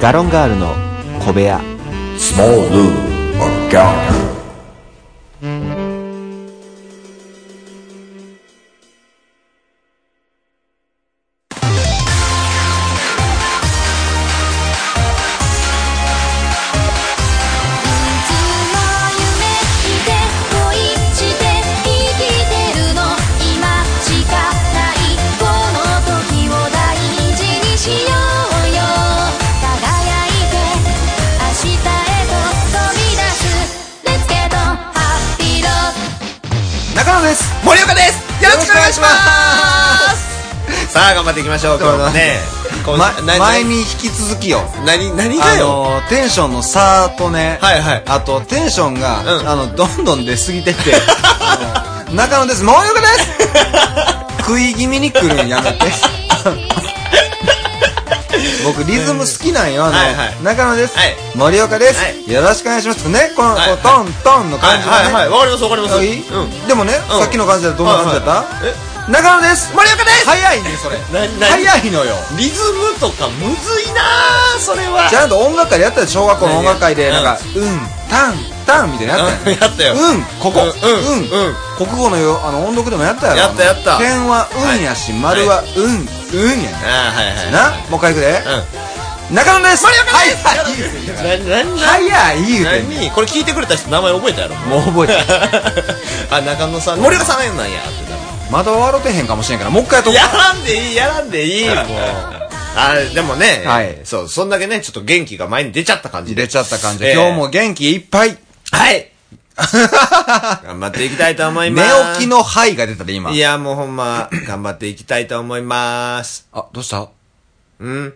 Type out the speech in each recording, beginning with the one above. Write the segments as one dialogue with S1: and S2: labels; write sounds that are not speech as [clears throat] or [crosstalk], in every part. S1: ガロンガールの小部屋
S2: Small Lou or Gallagher.
S3: いつも夢見て恋して生きてるの今しかないこの時を大事にしようよ輝いて明日へと飛び出す Let's get on happy road
S4: 中野です
S5: 森岡ですよろしくお願いしま
S4: よろしくお願いします
S5: さあ頑張っていきましょう
S4: ちょっ
S5: 今
S4: と
S5: 日も
S4: 待ってま
S5: ね今週
S4: 前に引き続きよ
S5: 何何
S4: あ
S5: がよ
S4: のテンションの差とね、
S5: はいはい
S4: あとテンションが、
S5: うん
S4: あのどんどん出過ぎて
S5: [laughs]
S4: ってあの中野ですもうよくです食い気味に来るんや
S5: [laughs]
S4: めて僕リズム好きなんよ、あの、
S5: はいはい
S4: 中野です、
S5: はい
S4: 森岡です、
S5: はい
S4: よろしくお願いしますねこの、
S5: はいはい
S4: こうトントンの
S5: は
S4: 感
S5: い
S4: じがね、
S5: はいはいわかりますわかります
S4: いい
S5: うん
S4: でもね、さっきの感じだとどんな感じだった、
S5: はいはい
S4: 中野です
S5: 森岡です
S4: 早いねそれ
S5: なな
S4: 早いのよ
S5: リズムとかむずいなあそれは
S4: ちゃんと音楽会でやったで小学校の音楽会で
S5: うん
S4: なんか「うんタンタン」みたいなのやった
S5: うん
S4: や
S5: やったよ
S4: うんここ
S5: うんうんうん
S4: 国語のよあの音読でもやったやろ
S5: やったやった
S4: 点は「うん」やし
S5: はい
S4: 丸は「うん」「うん」やね
S5: ああはいはい
S4: なもう一回いくで中野ですはいはい
S5: うんななな
S4: 早い言うてんね
S5: 何これ聞いてくれた人名前覚えたやろも [laughs]
S4: もう覚えてる
S5: あ中野さん森岡さんなんやってなる
S4: まだ笑ってへんかもしれんからもう一回やっとこ
S5: やらんでいいやらんでいいもうあでもね、
S4: はい
S5: そうそんだけねちょっと元気が前に出ちゃった感
S4: う
S5: じで
S4: 出ちゃった感じ
S5: ええ
S4: で今日も元気いっぱい
S5: はい [laughs] 頑張っていきたいと思い
S4: 寝
S5: ます
S4: 起きの「はい」が出たで今
S5: いやもうほんま頑張っていきたいと思います
S4: あどうした
S5: うん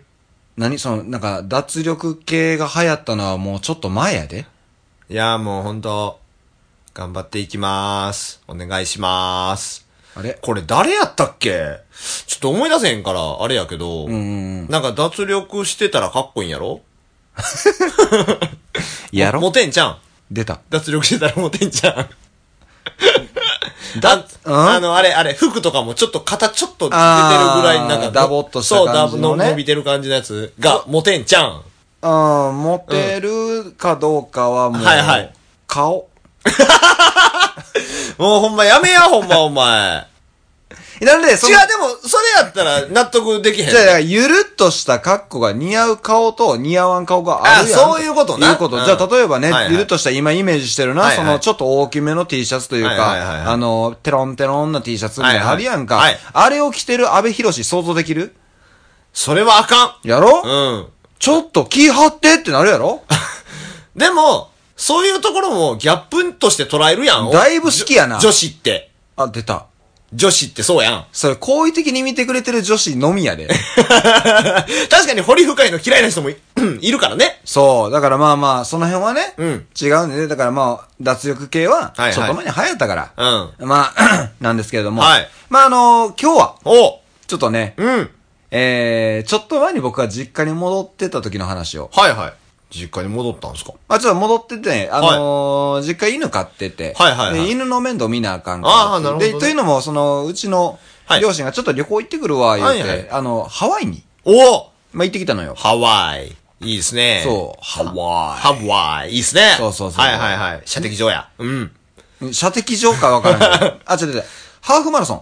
S4: 何そのなんか脱力系が流行ったのはもうちょっと前やで
S5: いやもうほんと頑張っていきますお願いします
S4: あれ
S5: これ誰やったっけちょっと思い出せへんから、あれやけど、
S4: ん
S5: なんか脱力してたらかっこいいんやろ
S4: や
S5: モ
S4: ろ
S5: テんちゃん。
S4: 出た。
S5: 脱力してたらモテんちゃん。だ、
S4: うん
S5: あの、あれ、あれ、服とかもちょっと肩ちょっと出てるぐらいな
S4: あ
S5: んか、
S4: ーダボっとした感じのね
S5: そう、ダボの伸びてる感じのやつが、モテんちゃん。
S4: うん、モテるかどうかはもう、
S5: はいはい
S4: 顔。
S5: もうほんまやめや、ほんまお前。
S4: なん [laughs] で、そ
S5: 違う、
S4: の、
S5: でも、それやったら納得できへん。
S4: じゃあ、ゆるっとした格好が似合う顔と似合わん顔があるやん。
S5: あそういうことな
S4: いうこと。
S5: うん
S4: じゃあ、例えばね、
S5: はいはい
S4: ゆるっとした今イメージしてるな、
S5: はいは
S4: そ
S5: い
S4: の、ちょっと大きめの T シャツというか、
S5: はいはいはいはい
S4: あの、テロンテロンな T シャツみたいなのあるやんか、
S5: はいはい
S4: あれを着てる安部博想像できる
S5: それはあかん。
S4: やろ、
S5: うん。
S4: ちょっと気張ってってなるやろ [laughs]
S5: でも、そういうところもギャップとして捉えるやん。
S4: だいぶ好きやな
S5: 女女子って。
S4: あ、出た。
S5: 女子ってそう [laughs] やん。
S4: それ、好意的に見てくれてる女子のみやで。
S5: 確かに堀深いの嫌いな人もい [clears throat] いるからね。
S4: そう。だからまあまあ、その辺はね、
S5: うん
S4: 違うんでね。だからまあ、脱力系は
S5: はいはい、
S4: ちょっと前に流行ったから、
S5: う
S4: まあ、 [clears throat] なんですけれども、
S5: はい
S4: まああの今日は、
S5: おう
S4: ちょっとね、
S5: うん。
S4: えー、ちょっと前に僕が実家に戻ってた時の話を。
S5: はいはい。実家に戻ったんすか
S4: まあちょっと戻っててね、あのー実家犬飼ってて、
S5: はいはいはい
S4: で犬の面倒見なあかん
S5: あ
S4: から
S5: あ
S4: って。
S5: なるほどね
S4: で、というのも、その、うちの
S5: はい
S4: 両親がちょっと旅行行ってくるわ、言って、
S5: はいはい
S4: あの、ハワイに、
S5: おう
S4: まあ、行ってきたのよ。
S5: ハワイ。いいですね。
S4: そう
S5: ハワイ。ハワイ。いいですね。
S4: そうそうそう
S5: はいはいはい。射的場や。うん。
S4: 射的場かわから
S5: [laughs]
S4: ない。あ、違う違う違う。ハーフマラソン。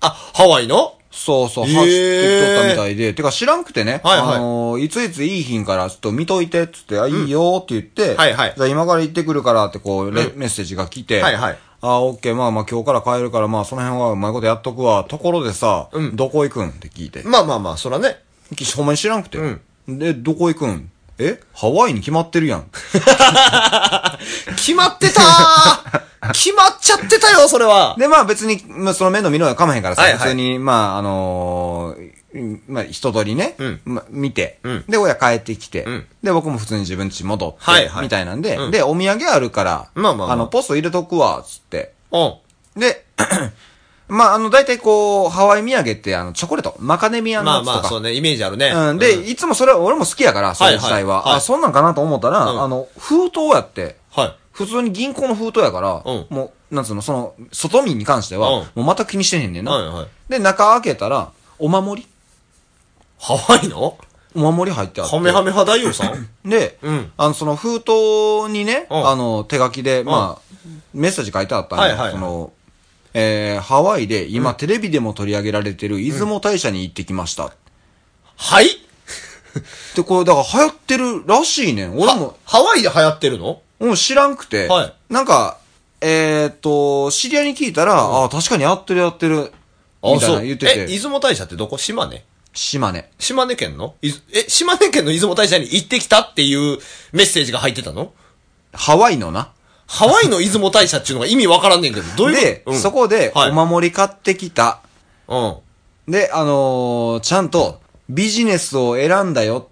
S5: あ、ハワイの
S4: そうそう、
S5: へー
S4: 走ってきとったみたいで、てか知らんくてね、
S5: はいはい
S4: あのーいついついい日んから、ちょっと見といて、つって、あ、いいよって言って、
S5: はいはい
S4: じゃあ今から行ってくるからって、こう、レメッセージが来て、
S5: はいはい
S4: あ、オッケー、まあまあ今日から帰るから、まあその辺はうまいことやっとくわ。ところでさ、
S5: うん
S4: どこ行くんって聞いて。
S5: まあまあまあ、そらね。
S4: ほんまに知らんくて。
S5: うん
S4: で、どこ行くんえハワイに決まってるやん。
S5: [laughs] 決まってたー決まっちゃってたよ、それ [laughs] は。
S4: で、まあ別に、まあ、その面倒見ろよかまへんからさ、
S5: はいはい
S4: 普通に、まああのーうんまあ人通りね、
S5: うん
S4: まあ、見て、
S5: うん
S4: で、親帰ってきて、
S5: うん
S4: で、僕も普通に自分家戻って、
S5: はいはい
S4: みたいなんで、
S5: うん
S4: で、お土産あるから、
S5: まあまあまあ
S4: の、ポスト入れとくわ、つって。
S5: うん。
S4: で、 [clears throat] まああの、大体こう、ハワイ土産って、あの、チョコレート、マカデミアナッ
S5: まあ
S4: ツと
S5: まあ、
S4: か。
S5: そうね、イメージあるね。
S4: うん、で、いつもそれは俺も好きやから、それ自体は。
S5: はいはいはい
S4: あ、そんなんかなと思ったら、
S5: うん
S4: あの、封筒やって、
S5: はい。
S4: 普通に銀行の封筒やから、
S5: うん
S4: もう、なんつうの、その、外見に関しては、もう全く気にしてへんねんな。
S5: はいはい
S4: で、中開けたら、お守り
S5: ハワイの
S4: お守り入ってあって。
S5: ハメハメ派大王さ
S4: [laughs]
S5: ん
S4: で、
S5: うん
S4: あの、その封筒にね、
S5: うん
S4: あの、手書きで、まあ、メッセージ書いてあったんで、
S5: はいはいはい
S4: その、えー、ハワイで今、テレビでも取り上げられてる出雲大社に行ってきました。
S5: はい
S4: で、これ、だから流行ってるらしいねん。俺
S5: は
S4: も、
S5: ハワイで流行ってるの
S4: もう知らんくて、
S5: はい
S4: なんか、えーっと、知り合いに聞いたら、ああ、確かにやってるやってる、みたいなの言って
S5: え、
S4: て
S5: 出、雲大社ってどこ島根
S4: 島根。
S5: 島根県のいずえ、島根県の出雲大社に行ってきたっていうメッセージが入ってたの
S4: ハワイのな。
S5: ハワイの出雲大社っていうのが意味わからんねんけど、どういう
S4: で、
S5: うん
S4: そこで、
S5: はい
S4: お守り買ってきた。
S5: うん。
S4: で、あのーちゃんと、ビジネスを選んだよ。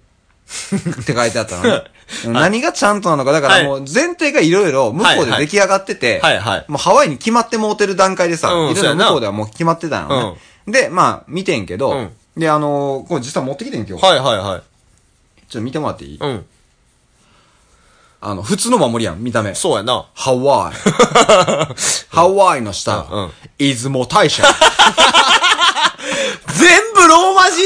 S4: って書いてあ
S5: [laughs]
S4: ったのね。何がちゃんとなのか、だか
S5: は
S4: ら
S5: い
S4: もう前提がいろいろ向こうで出来上がってて、
S5: はいはいはい
S4: もうハワイに決まってもうてる段階でさ、
S5: うん
S4: いろい
S5: そうや
S4: ろ
S5: な
S4: 向こうではもう決まってたのね。で、まあ、見てんけど、
S5: うん
S4: で、あのーこれ実は持ってきてん今日。
S5: はいはいは
S4: ちょ
S5: い。
S4: っと見てもらっていい、
S5: うん。
S4: あの、普通の守りやん、見た目。
S5: そうやな。
S4: ハ
S5: [laughs]
S4: ワイ。ハワイの下、
S5: うんうん
S4: 出雲大社。
S5: 全部ローマ字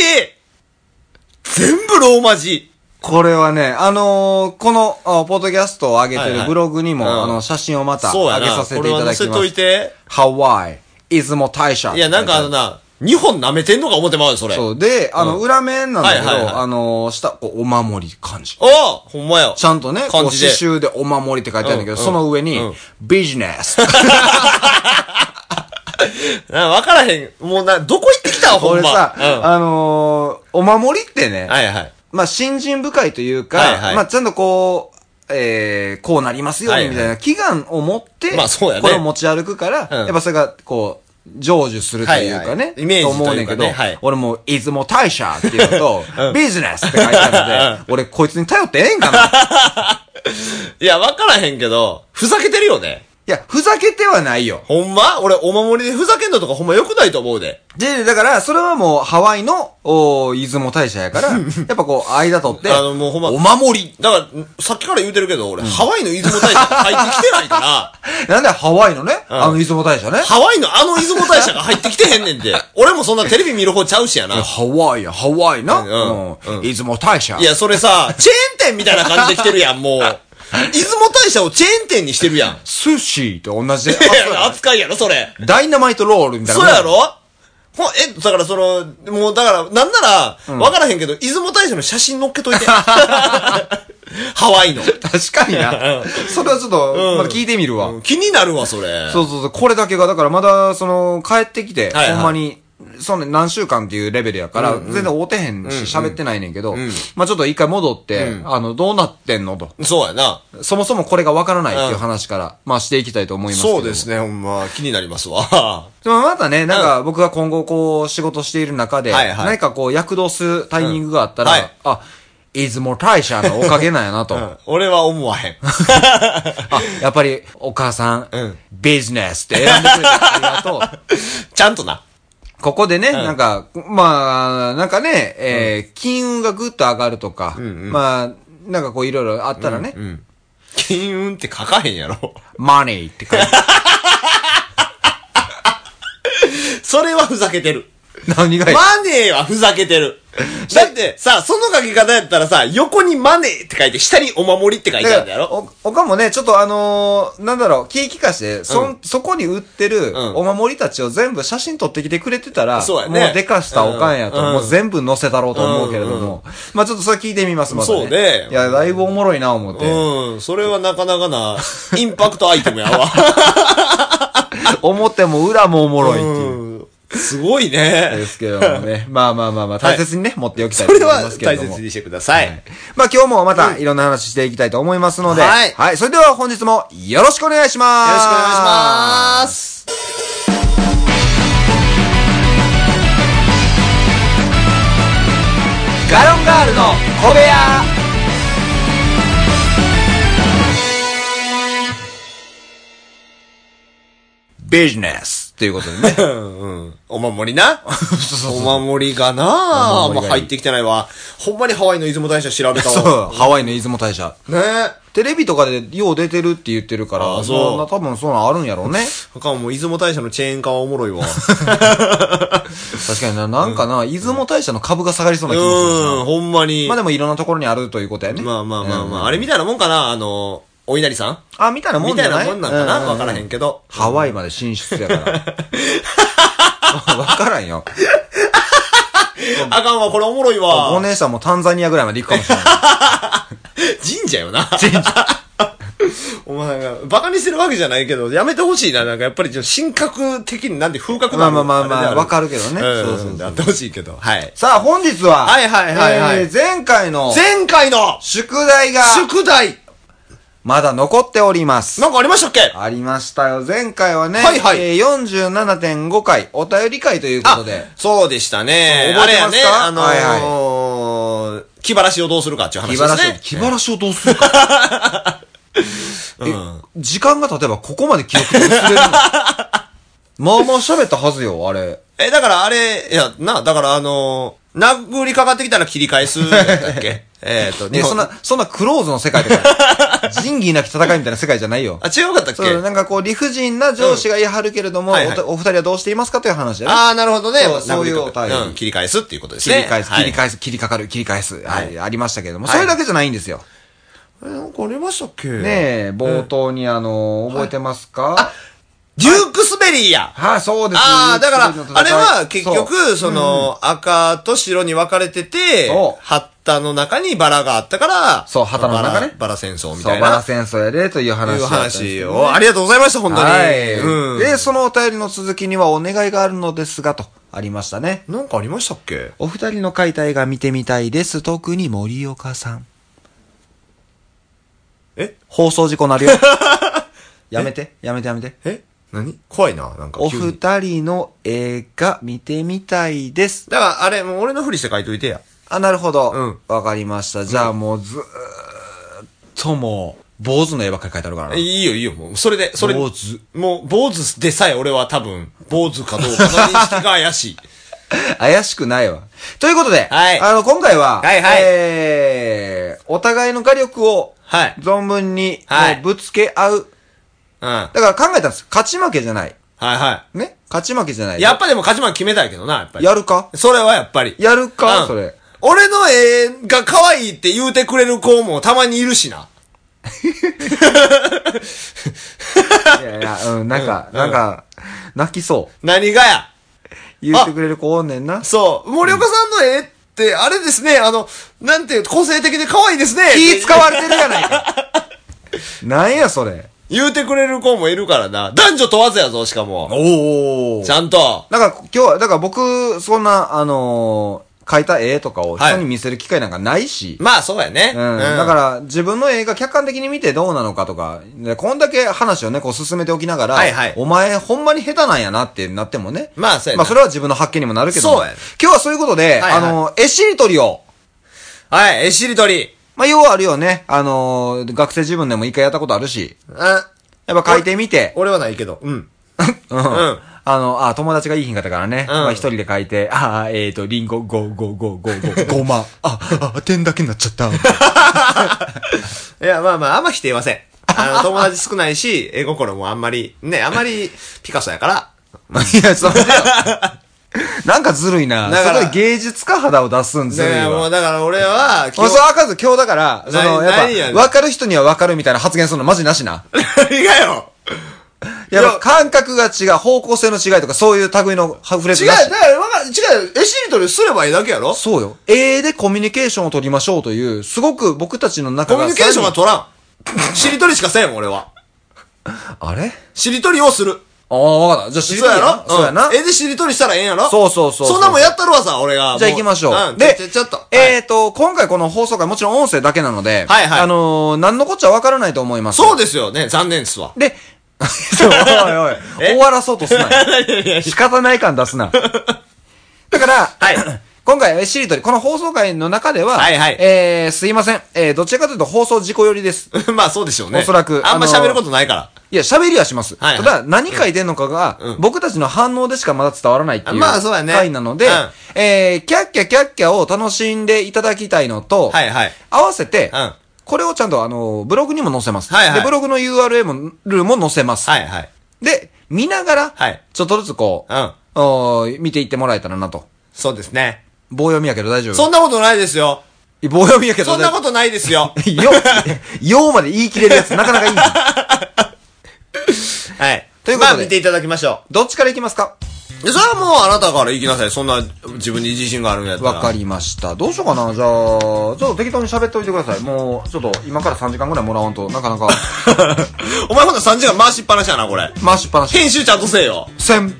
S5: 全部ローマ字
S4: これはね、あのーこの、あポッドキャストを上げて
S5: はいは
S4: る
S5: い
S4: ブログにも、
S5: うん
S4: あの、写真をまた
S5: そうや
S4: 上
S5: な。
S4: げさせていた
S5: これ
S4: だ
S5: は
S4: き
S5: 載せ
S4: ま
S5: とい
S4: す。
S5: て。
S4: ハワイ、出雲大社。
S5: いや、なんかあのな、日本舐めてんのか思ってまうよ、それ。
S4: そう、で、あの、
S5: うん
S4: 裏面なんだけど、
S5: はいはいはい
S4: あのー下、こう、お守り感じ。
S5: おうほんまよ。
S4: ちゃんとね、こう、
S5: 漢
S4: 刺
S5: 字で
S4: 繍でお守りって書いてあるんだけど、
S5: うんうん
S4: その上に、 [laughs]
S5: うん
S4: ビジネス。
S5: [laughs] なわからへん。もうな、どこ行ってき [laughs] たわほん
S4: 俺
S5: ま。
S4: さ、
S5: うん
S4: あのーお守りってね、
S5: はいはい。
S4: まあ、新人深いというか、
S5: はいはい
S4: まあ、ちゃんとこう、えー、こうなりますよう
S5: はいは
S4: に
S5: い
S4: みたいな祈願を持って、
S5: まあそうやね
S4: これを持ち歩くから、
S5: うん
S4: やっぱそれが、こう、成就するというかね、
S5: はいはいイメージというかね
S4: 思うねんけど、
S5: はい
S4: 俺もう、出雲大社っていうのと、
S5: [laughs]
S4: ビジネスって書いてあるので、俺こいつに頼ってええんかな。い
S5: いや、わからへんけど、ふざけてるよね。
S4: や、ふざけてはないよ。
S5: ほんま俺、お守りでふざけんのとかほんま良くないと思うで。
S4: で、だから、それはもう、ハワイの、おー出雲大社や
S5: [laughs]
S4: から、やっぱこう、間取って、
S5: あのもうほんま
S4: お守り。
S5: だから、さっきから言うてるけど、俺、ハワイの出雲大社入ってきてない [laughs] から、
S4: なんでハワイのね、
S5: ん
S4: あの出雲大社ね。
S5: ハワイのあの出雲大社が入ってきてへんねんて。俺もそんなテレビ見る方ちゃうし [laughs] やな。
S4: ハワイや、ハワイな。
S5: うんうん
S4: うん。出雲大社。
S5: いや、それさ、チェーン店みたいな感じで来てるやん、 [laughs] もう。出雲大社をチェーン店にしてるやん。
S4: 寿司と同じで。
S5: [laughs] いや [laughs] 扱いやろ、それ。
S4: ダイナマイトロールみたいな。
S5: そうやろほん、え、だからその、もうだから、なんなら、わからへんけど、出雲大社の写真載っけとい [laughs] て。ハワイの。
S4: 確かにな。それはちょっと、まだ聞いてみるわ。
S5: 気になるわ、それ。
S4: そうそうそう。これだけが、だからまだ、その、帰ってきて、
S5: はいはい
S4: ほんまに、そんな何週間っていうレベルやから、全然会うてへんし、喋ってないねんけど、まあちょっと一回戻って、あの、どうなってんのと。
S5: そうやな。
S4: そもそもこれがわからないっていう話から、まあしていきたいと思いますけど。
S5: そうですね、ほんま。気になりますわ。
S4: でもまたね、なんか僕が今後こう仕事している中で、
S5: はいはい
S4: 何かこう躍動するタイミングがあったら、
S5: うんはい
S4: あ、出雲大社のおかげなんやなと。
S5: うん俺は思わ [laughs] へん。
S4: あ、やっぱりお母さん、
S5: うん
S4: ビジネスって選んでくれてありがと
S5: [laughs]
S4: う。
S5: ちゃんとな。
S4: ここでね、なんか、まあ、なんかね、えー金運がぐっと上がるとか、まあ、なんかこういろいろあったらね、
S5: 金運って書かへんやろ。
S4: マネーって書い
S5: [laughs]
S4: て、
S5: それはふざけてる。
S4: 何がいい、
S5: マネーはふざけてる。だって、さ、その書き方やったらさ、横にマネーって書いて、下にお守りって書いてあ
S4: だか
S5: るんだや
S4: ら、
S5: ろ
S4: お、他もね、ちょっとあのーなんだろう、気利かして、そ、ん、そこに売ってる
S5: ん
S4: お守りたちを全部写真撮ってきてくれてたら、
S5: そうやね
S4: もうでかしたおかんやと、
S5: うん
S4: もう全部載せたろうと思うけれども、まあちょっとそれ聞いてみます、またね。
S5: そうね
S4: いや、だいぶおもろいな、思って。
S5: うん、それはなかなかな、インパクトアイテムやわ。
S4: 表も裏もおもろいっていう。
S5: うんすごいね
S4: [laughs] で。すけども
S5: [laughs]
S4: ね。まあまあまあまあ、大切にね、持っておきたい
S5: そ
S4: と思
S5: れ
S4: い
S5: は
S4: ますけれ
S5: 大
S4: ども
S5: 切。にしてください。
S4: まあ今日もまたいろんな話していきたいと思いますので、
S5: はい
S4: はい。それでは本日もよろしくお願いしま
S5: よ
S4: す。
S5: ろしくお願いします。
S4: ガロンガールの小部屋ビジネスということで
S5: [laughs]
S4: ね。
S5: お守りな。お守りがなあ
S4: お
S5: ん
S4: 守り
S5: ま
S4: がいい
S5: 入ってきてないわ。ほんまにハワイの出雲大社調べた
S4: そう
S5: わ。、
S4: ハワイの出雲大社。
S5: ねえ。
S4: テレビとかでよう出てるって言ってるから、
S5: あそう
S4: そんな多分そうなんあるんやろうね。
S5: 他はもう出雲大社のチェーン化はおもろ
S4: [laughs]
S5: いわ。
S4: 確かにな、なんかな、出雲大社の株が下がりそう
S5: う
S4: な気もするし
S5: ん、ほんまに。
S4: な。まあで
S5: も、
S4: もいろんなところにあるということやね。
S5: まあまあまあま
S4: うん
S5: あ、あれみたいなもんかな、あの、お稲荷さん
S4: あ、みたいなもん
S5: み
S4: じ
S5: た
S4: ゃ
S5: い
S4: な
S5: ないもんなんかなわからへん
S4: ど。
S5: けど。
S4: ハワイまで進出や
S5: [laughs]
S4: から。わからんよ。
S5: あかんわ、これおもろいわ。
S4: お姉さんもタンザニアぐらいまで行くかもしれない。
S5: 神社よな。 [laughs] お前が、バカにしてるわけじゃないけど、やめてほしいな。なんかやっぱり、神格的になんて風格なの
S4: まあまあまあまあ
S5: れでる
S4: わかるけどね
S5: うん
S4: そうそうそう
S5: やってほしいけど。はい。
S4: さあ、本日は、
S5: はいはいはいはい
S4: えー前回の、
S5: 前回の
S4: 宿題が、
S5: 宿題
S4: まだ残っております。
S5: なんかありましたっけ
S4: ありましたよ。前回はね、
S5: はいはい
S4: えー、47.5回、お便り会ということで、
S5: そうでしたね。
S4: 覚えてますか
S5: あれやね、あのー、気晴らしをどうするかっていう
S4: 気
S5: 話で
S4: 晴ら
S5: す
S4: しを、
S5: ね。
S4: 気晴らしをどうするか。え時間が経てばここまで記憶が薄れるの
S5: [laughs]
S4: まあまあ喋ったはずよ、あれ。
S5: え、だからあれ、いや、な、だからあのー、殴りかかってきたら切り返す、やったっ
S4: [laughs]
S5: けえっと、
S4: ね、
S5: 日本
S4: そんな、そんなクローズの世界とか、仁義なき戦いみたいな世界じゃないよ
S5: あ、。違うかったっけ
S4: そう、なんかこう、理不尽な上司が言い張るけれども、
S5: うんはいはい
S4: おお二人はどうしていますかという話だよね。
S5: ああ、なるほどね。
S4: そう
S5: まあ
S4: そういうお便り
S5: ん切り返すっていうことです
S4: 切り
S5: ね。
S4: 返す、
S5: はい
S4: 切り返す、切りかかる、切り返す。はい、ありましたけれども、
S5: はい
S4: それだけじゃないんですよ。
S5: えなんかありましたっけえ。
S4: ねえ、冒頭にあの、覚えてますか
S5: デュークスベリーや
S4: はい、そうです。
S5: ああ、だから、
S4: 全ての戦い
S5: あれは結
S4: そう
S5: 局、その、赤と白に分かれてて
S4: そ、う
S5: 旗の中にバラがあったから、
S4: そう旗の中ね
S5: バラバラ戦争み
S4: そ
S5: た
S4: う、
S5: い
S4: バラ
S5: な。
S4: 戦争やで、という
S5: い
S4: 話
S5: う
S4: だったんです
S5: 話
S4: よ
S5: を、ありがとうございました、本当に。
S4: はい、
S5: うん。
S4: で、そのお便りの続きにはお願いがあるのですが、と、ありましたね。
S5: なんかありましたっけ
S4: お二人の解体が見てみたいです。特に森岡さん。
S5: え
S4: 放送事故な
S5: [laughs]
S4: るよ。やめて、やめてやめて。
S5: え何怖いな、なんか
S4: お
S5: 急に。
S4: 二人の映画見てみたいです。
S5: だから、あれ、もう俺のふりして書いといてや。
S4: あ、なるほ
S5: うん
S4: ど。わ、かりました。じゃあもうずーっともう、坊主の絵ばっかり描いてあるから
S5: い
S4: な。
S5: いよ、いいよ、もう。それで、それ。
S4: 坊主。
S5: もう、坊主でさえ俺は多分、坊主かどうかの認識が怪しい。 [laughs]
S4: 怪しくないわ。ということで、
S5: はい
S4: あの、今回は、
S5: はいはい
S4: えー、お互いの画力を、
S5: はい
S4: 存分に、
S5: はい
S4: もうぶつけ合う。
S5: うん。はい
S4: だから考えたんです。勝ち負けじゃない。
S5: は
S4: ね勝ち負けじゃない。
S5: い。やっぱでも勝ち負け決めたいけどな、やっぱり。
S4: やるか
S5: それはやっぱり。
S4: やるか、
S5: うん
S4: それ。
S5: 俺の絵が可愛いって言うてくれる子もたまにいるしな。
S4: いやいや、うん、なんか、
S5: うん
S4: なんか、泣きそう。
S5: 何がや。
S4: 言ってくれる子おんねんな。
S5: そう。森岡さんの絵って、あれですね、あの、なんていう、個性的で可愛いですね。
S4: 気使われてるやないか。なんや、それ。
S5: 言うてくれる子もいるからな。男女問わずやぞ、しかも。
S4: おお
S5: ちゃんと。
S4: だから今日は、だから僕、そんな、あのー描いた絵とかを
S5: はい
S4: 人に見せる機会なんかないし。
S5: まあ、そうやね。
S4: うん。だから、自分の映画客観的に見てどうなのかとか、でこんだけ話をね、こう進めておきながら、
S5: はいはい
S4: お前、ほんまに下手なんやなってなってもね。
S5: まあそうや
S4: ま
S5: な
S4: あ、それは自分の発見にもなるけども
S5: そうやね
S4: 今日はそういうことで、
S5: はいはい
S4: あのー絵しりとりを、
S5: ら。はい、絵しりとり。
S4: まあ、要はあるよね。あのー学生自分でも一回やったことあるし、
S5: あ、
S4: やっぱ書いてみて、
S5: 俺はないけど。うん。
S4: うん。
S5: ん
S4: あの、あ、友達がいいひんかったからね。まあ一人で書いて、あーえーと、リンゴ、ゴ、ゴ、ゴ、ゴ、ゴ、ゴマ。あ、あ、点だけになっちゃ
S5: [laughs]
S4: った。
S5: いや、まあまあ、あんま否定はせん。 [laughs] あの、友達少ないし、絵心もあんまり、ね、あんまり、ピカソやから。
S4: いや、それだよ。なんかずるいな。
S5: だから
S4: そこで芸術家肌を出すんず
S5: だ
S4: るい
S5: からもう、
S4: わ。
S5: だから俺 [laughs] は、
S4: もうそう、あかず今日だから、その、
S5: な
S4: や
S5: 何やね
S4: っ
S5: ん
S4: ぱ、わかる人にはわかるみたいな発言するのマジなし
S5: [laughs]
S4: な。
S5: 何がよ
S4: やっぱ感覚が違う、方向性の違いとか、そういう類のフレー
S5: 違
S4: ズ
S5: う、
S4: な
S5: だ
S4: し。
S5: から、わか違う、絵しりとりすればいいだけやろ
S4: そうよ。A でコミュニケーションを取りましょうという、すごく僕たちの中
S5: コ
S4: が
S5: ミュニケーションは取らん。しりとりしかせん、俺は。
S4: あれ
S5: しりとりをする。
S4: ああ、わかった。じゃあ、知り
S5: そう
S4: た
S5: や
S4: い
S5: ろ
S4: な。そうやな。
S5: ん絵でしりとりしたらええんやろ
S4: そうそうそうそう
S5: そんなもんやったるわさ、俺が。
S4: じゃあ行きましょ
S5: も
S4: う。
S5: ん
S4: で、
S5: ちょ、ちょっと。
S4: えっ、と、今回この放送回もちろん音声だけなので、
S5: はいはい
S4: あのー、何のこっちゃわからないと思います。
S5: そう
S4: で
S5: ですよね、残念っすわ。
S4: で、 [laughs] そうおいおい、終わらそうとす
S5: [laughs]
S4: なよ。仕方ない感出すな。だから、
S5: はい。
S4: [clears throat] 今回、えーしりとり、この放送回の中では、
S5: はいはい
S4: えー、すいません。えー、どちらかというと放送事故寄りです。
S5: [laughs] まあそうでしょうね。
S4: おそらく
S5: あんま
S4: あのー
S5: 喋ることないから。
S4: いや、喋りはします。
S5: はいはい
S4: ただ、何書いてんのかが、
S5: うん
S4: 僕たちの反応でしかまだ伝わらないっていう
S5: まあそうやね
S4: 回なので、
S5: う
S4: えー、キャッキャキャッキャを楽しんでいただきたいのと、
S5: はいはい
S4: 合わせて、
S5: うん
S4: これをちゃんとあの、ブログにも載せます。
S5: はいはい
S4: で、ブログの URL も、ルーも載せます。
S5: はいはい。
S4: で、見ながら、
S5: はい
S4: ちょっとずつこう、
S5: うん
S4: おー見ていってもらえたらなと。
S5: そうですね。
S4: 棒読みやけど大丈夫
S5: そんなことないですよ。
S4: 棒読みやけど。
S5: そんなこととないですよ。
S4: [laughs] よ、ようまで言い切れるやつなかなかいいんですよ
S5: [laughs] [laughs] はい。
S4: ということで
S5: まあ見ていただきましょ
S4: どっちからいきますか
S5: う。でそれはもうあなたから行きなさい。そんな自分に自信があるんやったら。
S4: わかりました。どうしようかな。じゃあ、ちょっと適当に喋っておいてください。もう、ちょっと今から3時間ぐらいもらわんとな
S5: [laughs]
S4: かなか
S5: [laughs] お前ほんと3時間回しっぱなしやな、これ。
S4: 回しっぱなし。
S5: 編集ちゃんとせえよ。
S4: せん。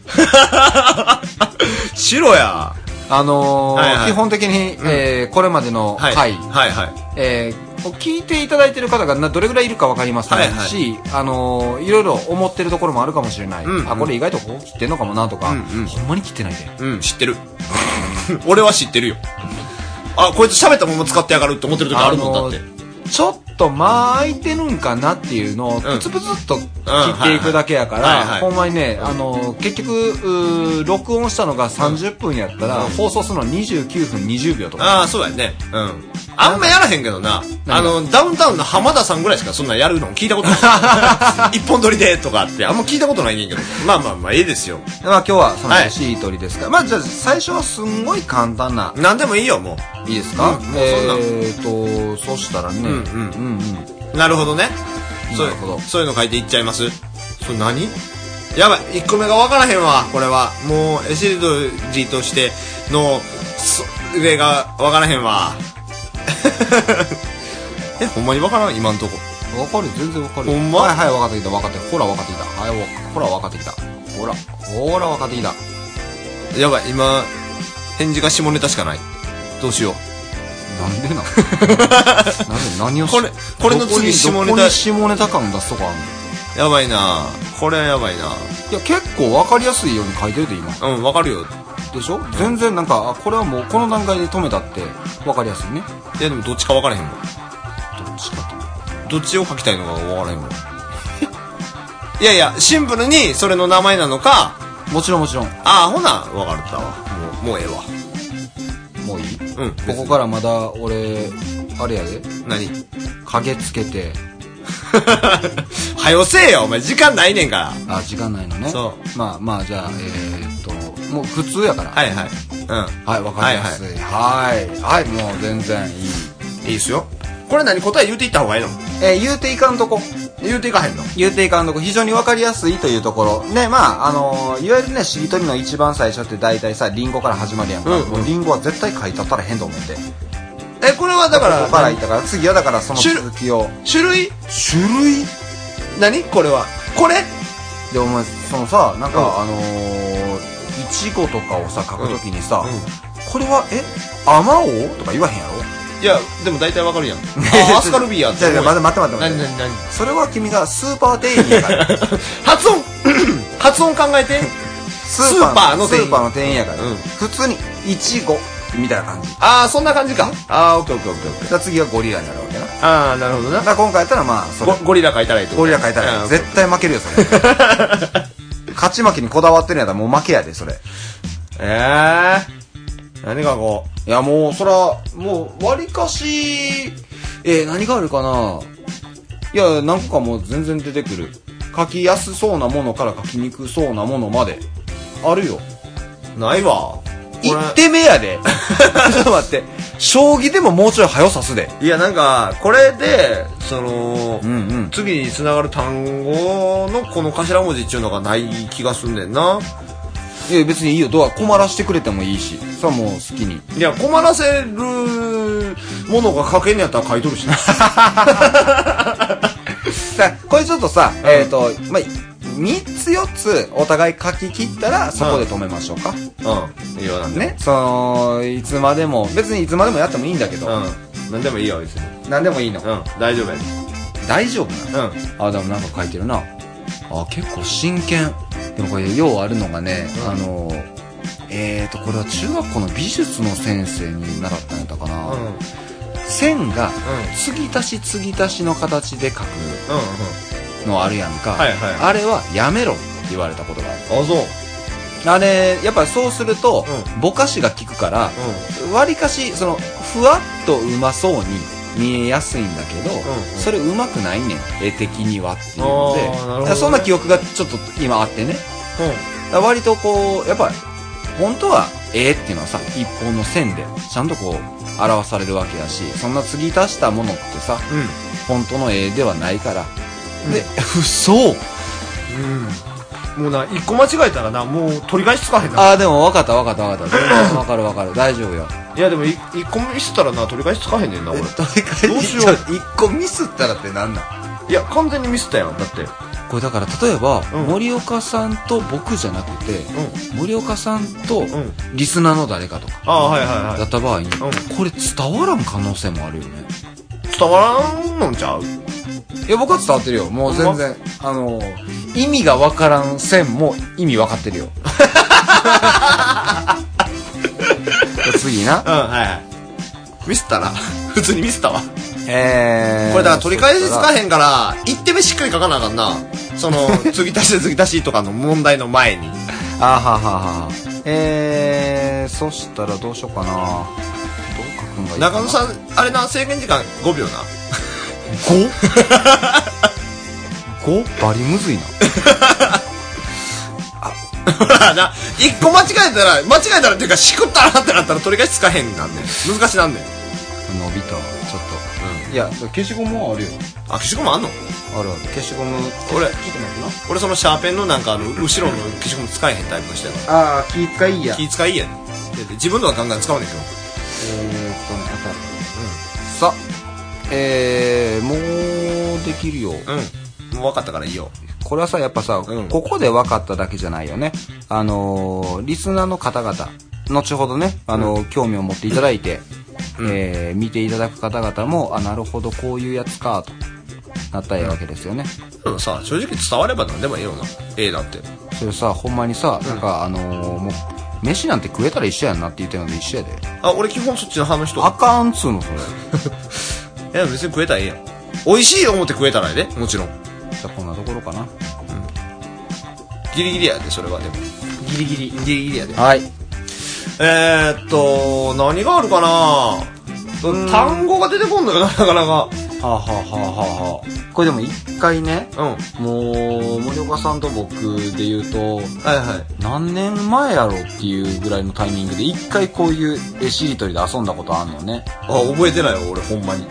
S5: しろや。
S4: あのー
S5: はいはい
S4: 基本的に、えーこれまでの
S5: は
S4: 回、
S5: い。はいはい。
S4: えーこう聞いていただいてる方がなどれぐらいいるか分かりません、
S5: はいはい
S4: し、あのーいろいろ思ってるところもあるかもしれない、
S5: んうん
S4: あこれ意外とここ切ってんのかもなとか、ほんまに切ってないで
S5: うん、知ってる。 [laughs] 俺は知ってるよ。あ、こいつ喋ったまま使ってやがるって思ってる時あるもんだって。
S4: ーちょっと間空いてるんかなっていうのをプツプツっと切っていくだけやか
S5: うんはいは
S4: ら
S5: い
S4: ほんまにね、あのー結局うー録音したのが30分やったら、放送するの29分20秒とか
S5: ああ、そうやね。うん。あんまやらへんけどな。あの、ダウンタウンの浜田さんぐらいしかそんなんやるの聞い
S4: [laughs]
S5: たことない。一本撮りでとかって、あんま聞いたことないねんけど。まあまあまあ、いいですよ。
S4: まあ今日はその
S5: はい
S4: 欲しい鳥ですが、まあじゃあ最初はすんごい簡単な
S5: なんでもいいよ、も
S4: いいですか、
S5: うんもうそんなん
S4: えーとそしたらね、
S5: んうん
S4: うんうん
S5: う。なるほどね。そう
S4: なるほど
S5: そういうの書いていっちゃいますそれ何やばい、1個目がわからへんわ、これは。もう、エシリドリーとしての、それがわからへんわ。 [laughs] え、ほんまにわからん今んとこ。
S4: わかるよ全然わかるよ
S5: ほんま
S4: はいはい分かってきた分かってきたほら分かってきたはいわほら分かってきたほらほら分かってきた
S5: やばい、今、返事が下ネタしかない。どうしよう。 [laughs]
S4: なんでななんで何をし
S5: これこれの次
S4: どに
S5: 下ネタ
S4: どこに下ネタ感出すとかあんの
S5: やばいなこれはやばいない
S4: や結構分かりやすいように書いてるで今
S5: うん、わかるよ。
S4: でしょ全然なんかあこれはもうこの段階で止めたって分かりやすいね
S5: いや、でもどっちかわからへんもん。
S4: どっちかと
S5: どっちを書きたいのかわからへんも
S4: [laughs]
S5: ん。いやいや、シンプルにそれの名前なのか、
S4: もちろんもちろん
S5: ああ、ほな、わかるったわ。もう、もうええわ。
S4: もういい
S5: うん、
S4: ここからまだ俺あれやで
S5: 何 [laughs]
S4: 影つけて
S5: はよせえよ、お前、時間ないねんから。
S4: あ時間ないのね
S5: そ
S4: まあまあじゃあえー、っともう普通やから
S5: はいはい。う
S4: はいわ、かりやすいはいはいもう全然いい
S5: ん。いいっすよ。これ何答え言うていった方がいいの
S4: えー言うていかんとこ
S5: 言うていかへんの
S4: 言うていかんとこ非常にわかりやすいというところねまああのーいわゆるねしりとりの一番最初って大体さリンゴから始まるやんか、
S5: うんうん
S4: もリンゴは絶対書いたったら変と思って
S5: え、これはだか
S4: ここから
S5: ら
S4: いっ、たから次はだからその
S5: 種
S4: 続きを
S5: 種類
S4: 種類
S5: 何これは。これ
S4: でお前そのさなんか、あのーいちごとかをさ書くときにさ、
S5: うんうん
S4: これはえあまおうとか言わへんやろ
S5: いや、でも大体わ [laughs] かるやん。あ
S4: ちょ
S5: ー、アスカルビーやって
S4: じゃあじゃあ待って待って待っ
S5: 何
S4: て待っ
S5: 何何
S4: てそれは君がスーパー店員やから
S5: 発音 [coughs] 発音考えて。
S4: ス
S5: [laughs] スーパーの店員
S4: スーパーの店員やから、
S5: うん
S4: 普通にいちごみたいな感じじ
S5: ああ、そんな感じか。 [laughs] ああ、オッケーオッケーオッケーオッケー。
S4: ゃあ次はゴリラになるわけなだか
S5: ああ、なるほどな。
S4: ら今回やったらまあそれ
S5: ゴゴリラ書いたらいいってこと
S4: ゴリラ書いたら
S5: うん
S4: 絶対負けるよそ [laughs] れ勝ち負けにこだわってるんやったらもう負けやでそれ
S5: ええー。何がこう。
S4: いやもうそらもうわりかしえー、何があるかないや何個かもう全然出てくる書きやすそうなものから書きにくそうなものまであるよ
S5: ないわ。
S4: 一手目やで [laughs] ちょっと待って将棋でももうちょい早さすで
S5: いや、なんか、これで、その、
S4: うんうん
S5: 次につながる単語のこの頭文字っていうのがない気がすんねんな。
S4: いや別にいいよドア困らしてくれてもいいしさあもう好きに
S5: いや、困らせるものが書けんねやったら書いとるしな。
S4: さあこれちょっとさ、えっ、とまあ3つ4つお互い書き切ったらそこで止めましょうか、
S5: [laughs] うん。いいよ、なんで。
S4: ねそのいつまでも別にいつまでもやってもいいんだけど、
S5: うん。なんでもいいよ、別に。
S4: 何でもいいの、
S5: うん。大丈夫やで。
S4: 大丈夫
S5: う
S4: なの、
S5: ん。
S4: あでもなんか書いてるなあ結構真剣でもこれようあるのがね、あのえっ、とこれは中学校の美術の先生に習ったんやったかな、
S5: うん。うん。うん。
S4: 線が継ぎ足し継ぎ足しの形で書くのあるやんか、
S5: はいはい
S4: あれはやめろって言われたことがある
S5: あ、そう。
S4: あれやっぱりそうすると、
S5: う
S4: ぼかしが効くからわりかしそのふわっとうまそうに見えやすいんだけど、
S5: んうん
S4: それうまくないねん絵的にはっていうので
S5: あーなるほどね
S4: だからそんな記憶がちょっと今あってねだから割とこうやっぱり本当は絵っていうのはさ一本の線でちゃんとこう表されるわけやしそんな継ぎ足したものってさ本当の絵ではないから、で [laughs] 嘘
S5: うん、うん、もうな一個間違えたらなもう取り返しつかへんな
S4: ああでも分かった分かった分かった全然分かる分かる大丈夫よ
S5: いやでもい一個見せたらな取り返しつかへんねんな俺
S4: どれか
S5: どうしよう
S4: 一個ミスったらってなんなん
S5: いや完全に見せたやんだって
S4: これだから例えば、
S5: うん
S4: 森岡さんと僕じゃなくて、森岡さんと
S5: ん
S4: リスナーの誰かとか
S5: ああはいはい
S4: だ
S5: は
S4: った場合に、
S5: ん
S4: これ伝わらん可能性もあるよね
S5: い伝わらんのんちゃう
S4: いや僕は伝わってるよもう全然、あの意味がわからん線も意味わかってるよ [laughs] 次な
S5: うんはいはい見せたら [laughs] 普通に見せたわ
S4: えー、
S5: これだから取り返しつかへんから一手目しっかり書かなあかんなその継ぎ足し継ぎ足しとかの問題の前に
S4: あはははえー、そしたらどうしようかなどう書くんがいいかな
S5: 中野さんあれな制限時間5秒な
S4: [laughs] 5? バリむずいな
S5: ほらな一個間違えたら間違えたらっていうかしくったらってなったら取り返しつかへんなんねん難しいなんねん
S4: 伸びたちょっと、いや消しゴムはあるよ
S5: あ消しゴムあんの
S4: あるある消しゴム
S5: 俺
S4: ちょっと待って
S5: 俺そのシャーペンのなんかあの後ろの消しゴム使えへんタイプの人やか
S4: なああ気使いいや
S5: ら
S4: えー、っ
S5: 気使いいやん自分のはガンガン使うねんけど
S4: とねあった、さえー、もうできるよ
S5: うんもう分かったからいいよ
S4: これはさやっぱさ、
S5: うん
S4: ここで分かっただけじゃないよねあのー、リスナーの方々後ほどね、あのー興味を持っていただいて、えー見ていただく方々もあなるほどこういうやつかとなったらいいわけですよね、
S5: でもさ正直伝われば何でもいいよな A だって
S4: それさほんまにさ、なんかあのー、もう飯なんて食えたら一緒やんなって言ってるので一緒やで
S5: あ俺基本そっちの派の人
S4: あかんっつうの [laughs] それ
S5: いや別に食えたらええやん美味しい思って食えたらええでもちろん
S4: じゃあこんなところかな
S5: ギリギリやでそれはでもギリギリギリギリやで
S4: はい
S5: えー、っと何があるかな単語が出てこんのよななかな
S4: は
S5: か
S4: あ、はあはあはあはあ、これでも一回ね
S5: うんはい
S4: もう森岡さんと僕で言うと
S5: はい
S4: 何年前やろっていうぐらいのタイミングで一回こういうえしりとりで遊んだことあんのね
S5: あ覚えてないよ俺ほんまに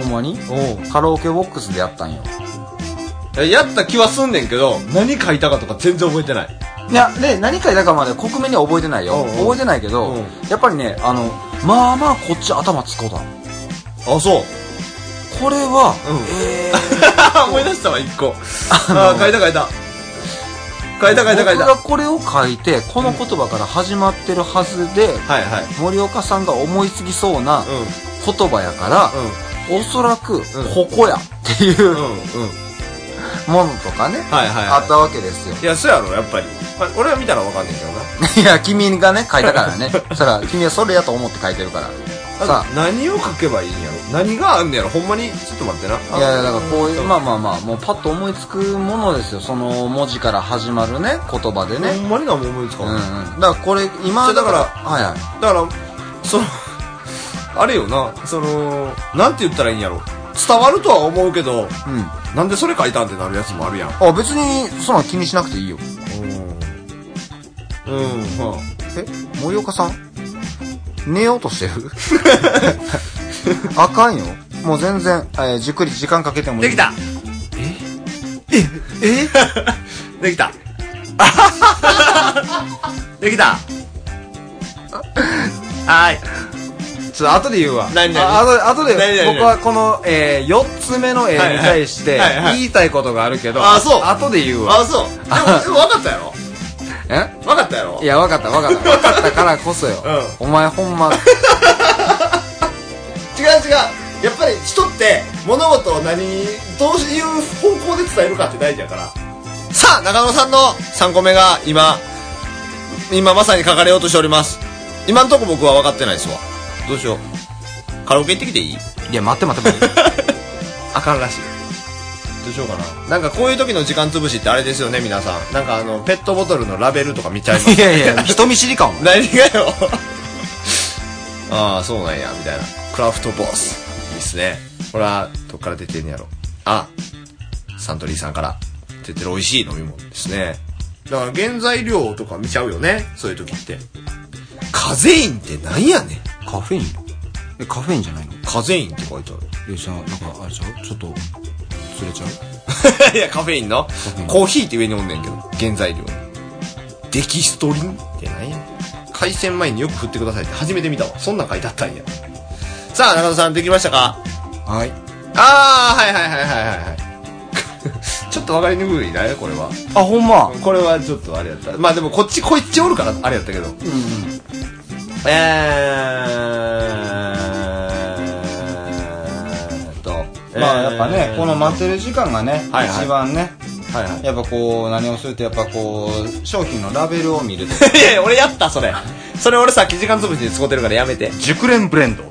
S4: ほんまに
S5: お
S4: カラオケボックスでやったんよ
S5: うやった気はすんねんけど何書いたかとか全然覚えてない
S4: いやで何回だかまで克明には覚えてないよ
S5: うんうん
S4: 覚えてないけど、
S5: うん
S4: やっぱりねあのまあまあこっち頭つこうだ
S5: あそう
S4: これは、
S5: うん
S4: え
S5: あ [laughs] 思い出したわ一個あ書いた書いた書 [laughs] いた書いた書い
S4: ー、
S5: た
S4: 僕がこれを書いてこの言葉から始まってるはずで、
S5: はいはい
S4: 森岡さんが思いつきそうな
S5: うん
S4: 言葉やから、
S5: う
S4: おそらくここやっていうん
S5: うんうん
S4: ものとかね、
S5: はいはい
S4: あ
S5: は
S4: ったわけですよ [laughs]
S5: いいやそうやろやっぱり、まあ、俺は見たらわかんねんけどない
S4: や、君がね、書いたから
S5: [laughs]
S4: ね。そら、君はそれやと思って書いてるから。さ
S5: 何を書けばいいんやろ何があんねやろほんまにちょっと待ってな
S4: あ、いやいや、だからこういう、まあまあまあ、もうパッと思いつくものですよ。その文字から始まるね、言葉で
S5: ね
S4: ね。
S5: ほんまに何も思いつか
S4: うん
S5: ん、
S4: うん。
S5: だ
S4: だからこれ、
S5: そ
S4: 今、
S5: れだから
S4: はいはい。
S5: からそのあれよなそのなんて言ったらいいんやろ伝わるとは思うけど
S4: うん。
S5: なんでそれ書いたんってなるやつもあるやんう
S4: あ、別に、そんなん気にしなくていいよ。
S5: んま
S4: え森岡さん寝ようとしてる [laughs] あかんよ。もう全然、えーじっくり時間かけても
S5: あ
S4: いい。ええ
S5: [laughs] できたでき [laughs] たはい
S4: ちょっと後で言うわ。
S5: 何々
S4: あ後で、後
S5: 何
S4: で、
S5: 々
S4: 僕はこの、えー、4つ目の絵に対して
S5: はいはいはいはい、
S4: 言いたいことがあるけど、
S5: あそう
S4: 後で言うわ。
S5: あそうでもでも分かったやろ
S4: え
S5: 分かったやろ
S4: いや、わかったわかった。わかったからこそよ。お前ほんま、
S5: [laughs] 違う違うやっぱり人って物事を何にどういう方向で伝えるかって大事やからさあ中野さんの3個目が今今まさに書かれようとしております今んとこ僕は分かってないですわどうしようカラオケ行ってきていい
S4: いや、待って待って待って。
S5: あかんらしいどうしようかななんかこういう時の時間潰しってあれですよね皆さんなんかあのペットボトルのラベルとか見ち [laughs] ゃいます
S4: いやいや、人見知りかも。
S5: 何がよああそうなんやみたいなクラフトボスですね。これは、どっから出てんねやろ。あ、サントリーさんから出てる美味しい飲み物ですね。だから原材料とか見ちゃうよね。そういう時って。カゼインってなんやねん。
S4: カフェインえ、カフェインじゃないの
S5: カゼインって書いてある。
S4: え、じゃあ、なんか、あれちゃうちょっと、釣れちゃう
S5: [laughs] いや、カフェインの
S4: ェイン
S5: コーヒーって上におんねんけど、原材料。デキストリンって何や海鮮前によく振ってくださいって初めて見たわ。そんなん書いてあったんや。さあ、中田さん、できましたか
S4: はい。
S5: ああ、はいはいはいはいはい [laughs] はい。ちょっとわかりにくいな、これは。
S4: あ、ほんま。
S5: これはちょっとあれやった。まあでもこっち、こっちおるから、あれやったけど。うん、えーっと。
S4: まあやっぱね、この待てる時間がね、
S5: はいはい
S4: 一番ね、
S5: はいはい。
S4: やっぱこう、何をすると、やっぱこう、商品のラベルを見ると。
S5: [laughs] いやいや、俺やった、それ。それ俺さっき時間潰しに使ってるからやめて。
S4: 熟練ブレンド。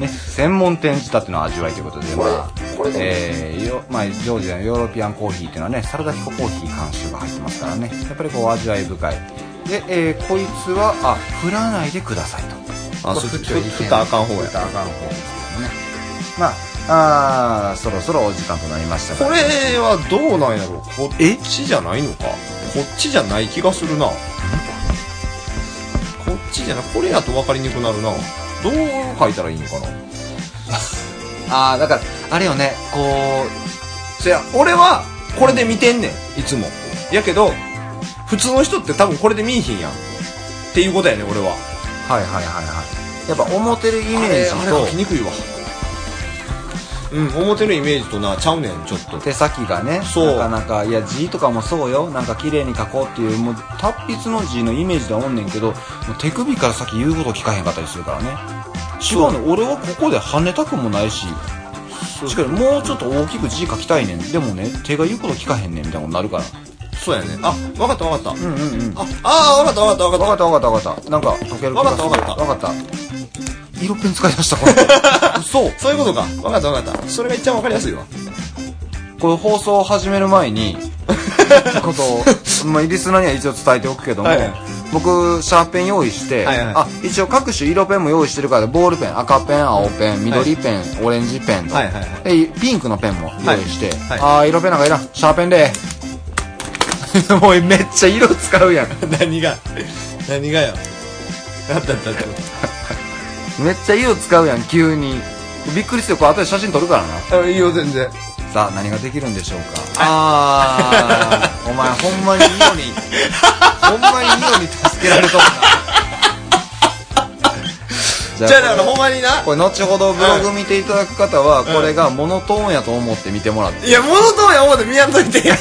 S4: ね、専門店仕立ての味わいということで、まあ、えーよまあ、ジョージアのヨーロピアンコーヒーっていうのはね、サラダヒココーヒー監修が入ってますからね、やっぱりこう、味わい深い。で、えーこいつは、あ、振らないでくださいと。
S5: あ、
S4: こ
S5: そ
S4: れ
S5: っ
S4: 振
S5: ち
S4: っ
S5: 振ったらあかん方
S4: 振
S5: や
S4: っ。たらあかん方ですけどね。まあ、あーそろそろお時間となりました
S5: こ
S4: が
S5: れはどうなんやろこっちじゃないのかこっちじゃない気がするな。こっちじゃな、これやと分かりにくくなるな。どう書いたらいいのかな
S4: [laughs] ああ、だから、あれよね、こう、
S5: そや、俺はこれで見てんねん、いつも。やけど、普通の人って多分これで見いひんやん。っていうことやね、俺は。
S4: はいはいはいはい。やっぱ思ってるイ
S5: イ
S4: メージ
S5: 書
S4: と
S5: き、にくいわ。うん、表のイメージとな、ちゃうねん、ちょっと。
S4: 手先がね
S5: そう
S4: なかなかいや字とかもそうよなんか綺麗に書こうっていうもう達筆の字のイメージではおんねんけどもう手首から先言うこと聞かへんかったりするからね違うの俺はここで跳ねたくもないししかももうちょっと大きく字書きたいねんでもね手が言うこと聞かへんねんみたいなことになるから
S5: そうやね。あ、わかったわかった。
S4: うんうんうん
S5: あ、あー、わかったわかったわかった
S4: わ。かったわかったわかったなんか解ける
S5: わかったわかった
S4: わかった色ペン使い出したから嘘
S5: そういうことか。わかったわかった。それが一番わかりやすいわ。 [laughs]
S4: これ放送を始める前にことを、まあ、リスナーには一応伝えておくけども、
S5: はいはい
S4: 僕シャーペン用意して、
S5: はいはい
S4: あ一応各種色ペンも用意してるからボールペン赤ペン青ペン緑ペン、オレンジペンと、
S5: はいはい
S4: でピンクのペンも用意して、
S5: はいはい
S4: ああ色ペンなんかいらんシャーペン
S5: [laughs]
S4: でもうめっちゃ色使うやん
S5: 何が何がよ。あったあったあっ
S4: めっちゃ色使うやん急にびっくりしてこう後で写真撮るからな
S5: た。いいよ、全然。
S4: さあ何ができるんでしょうかああお前ほんまにイオにほんまにイオに助けられとんなじ
S5: じゃあ、だからほんまにな。
S4: これ後ほどブログ見ていただく方はこれがモノトーンやと思って見てもらって
S5: いや、物とや思うて見やんといて。 [laughs]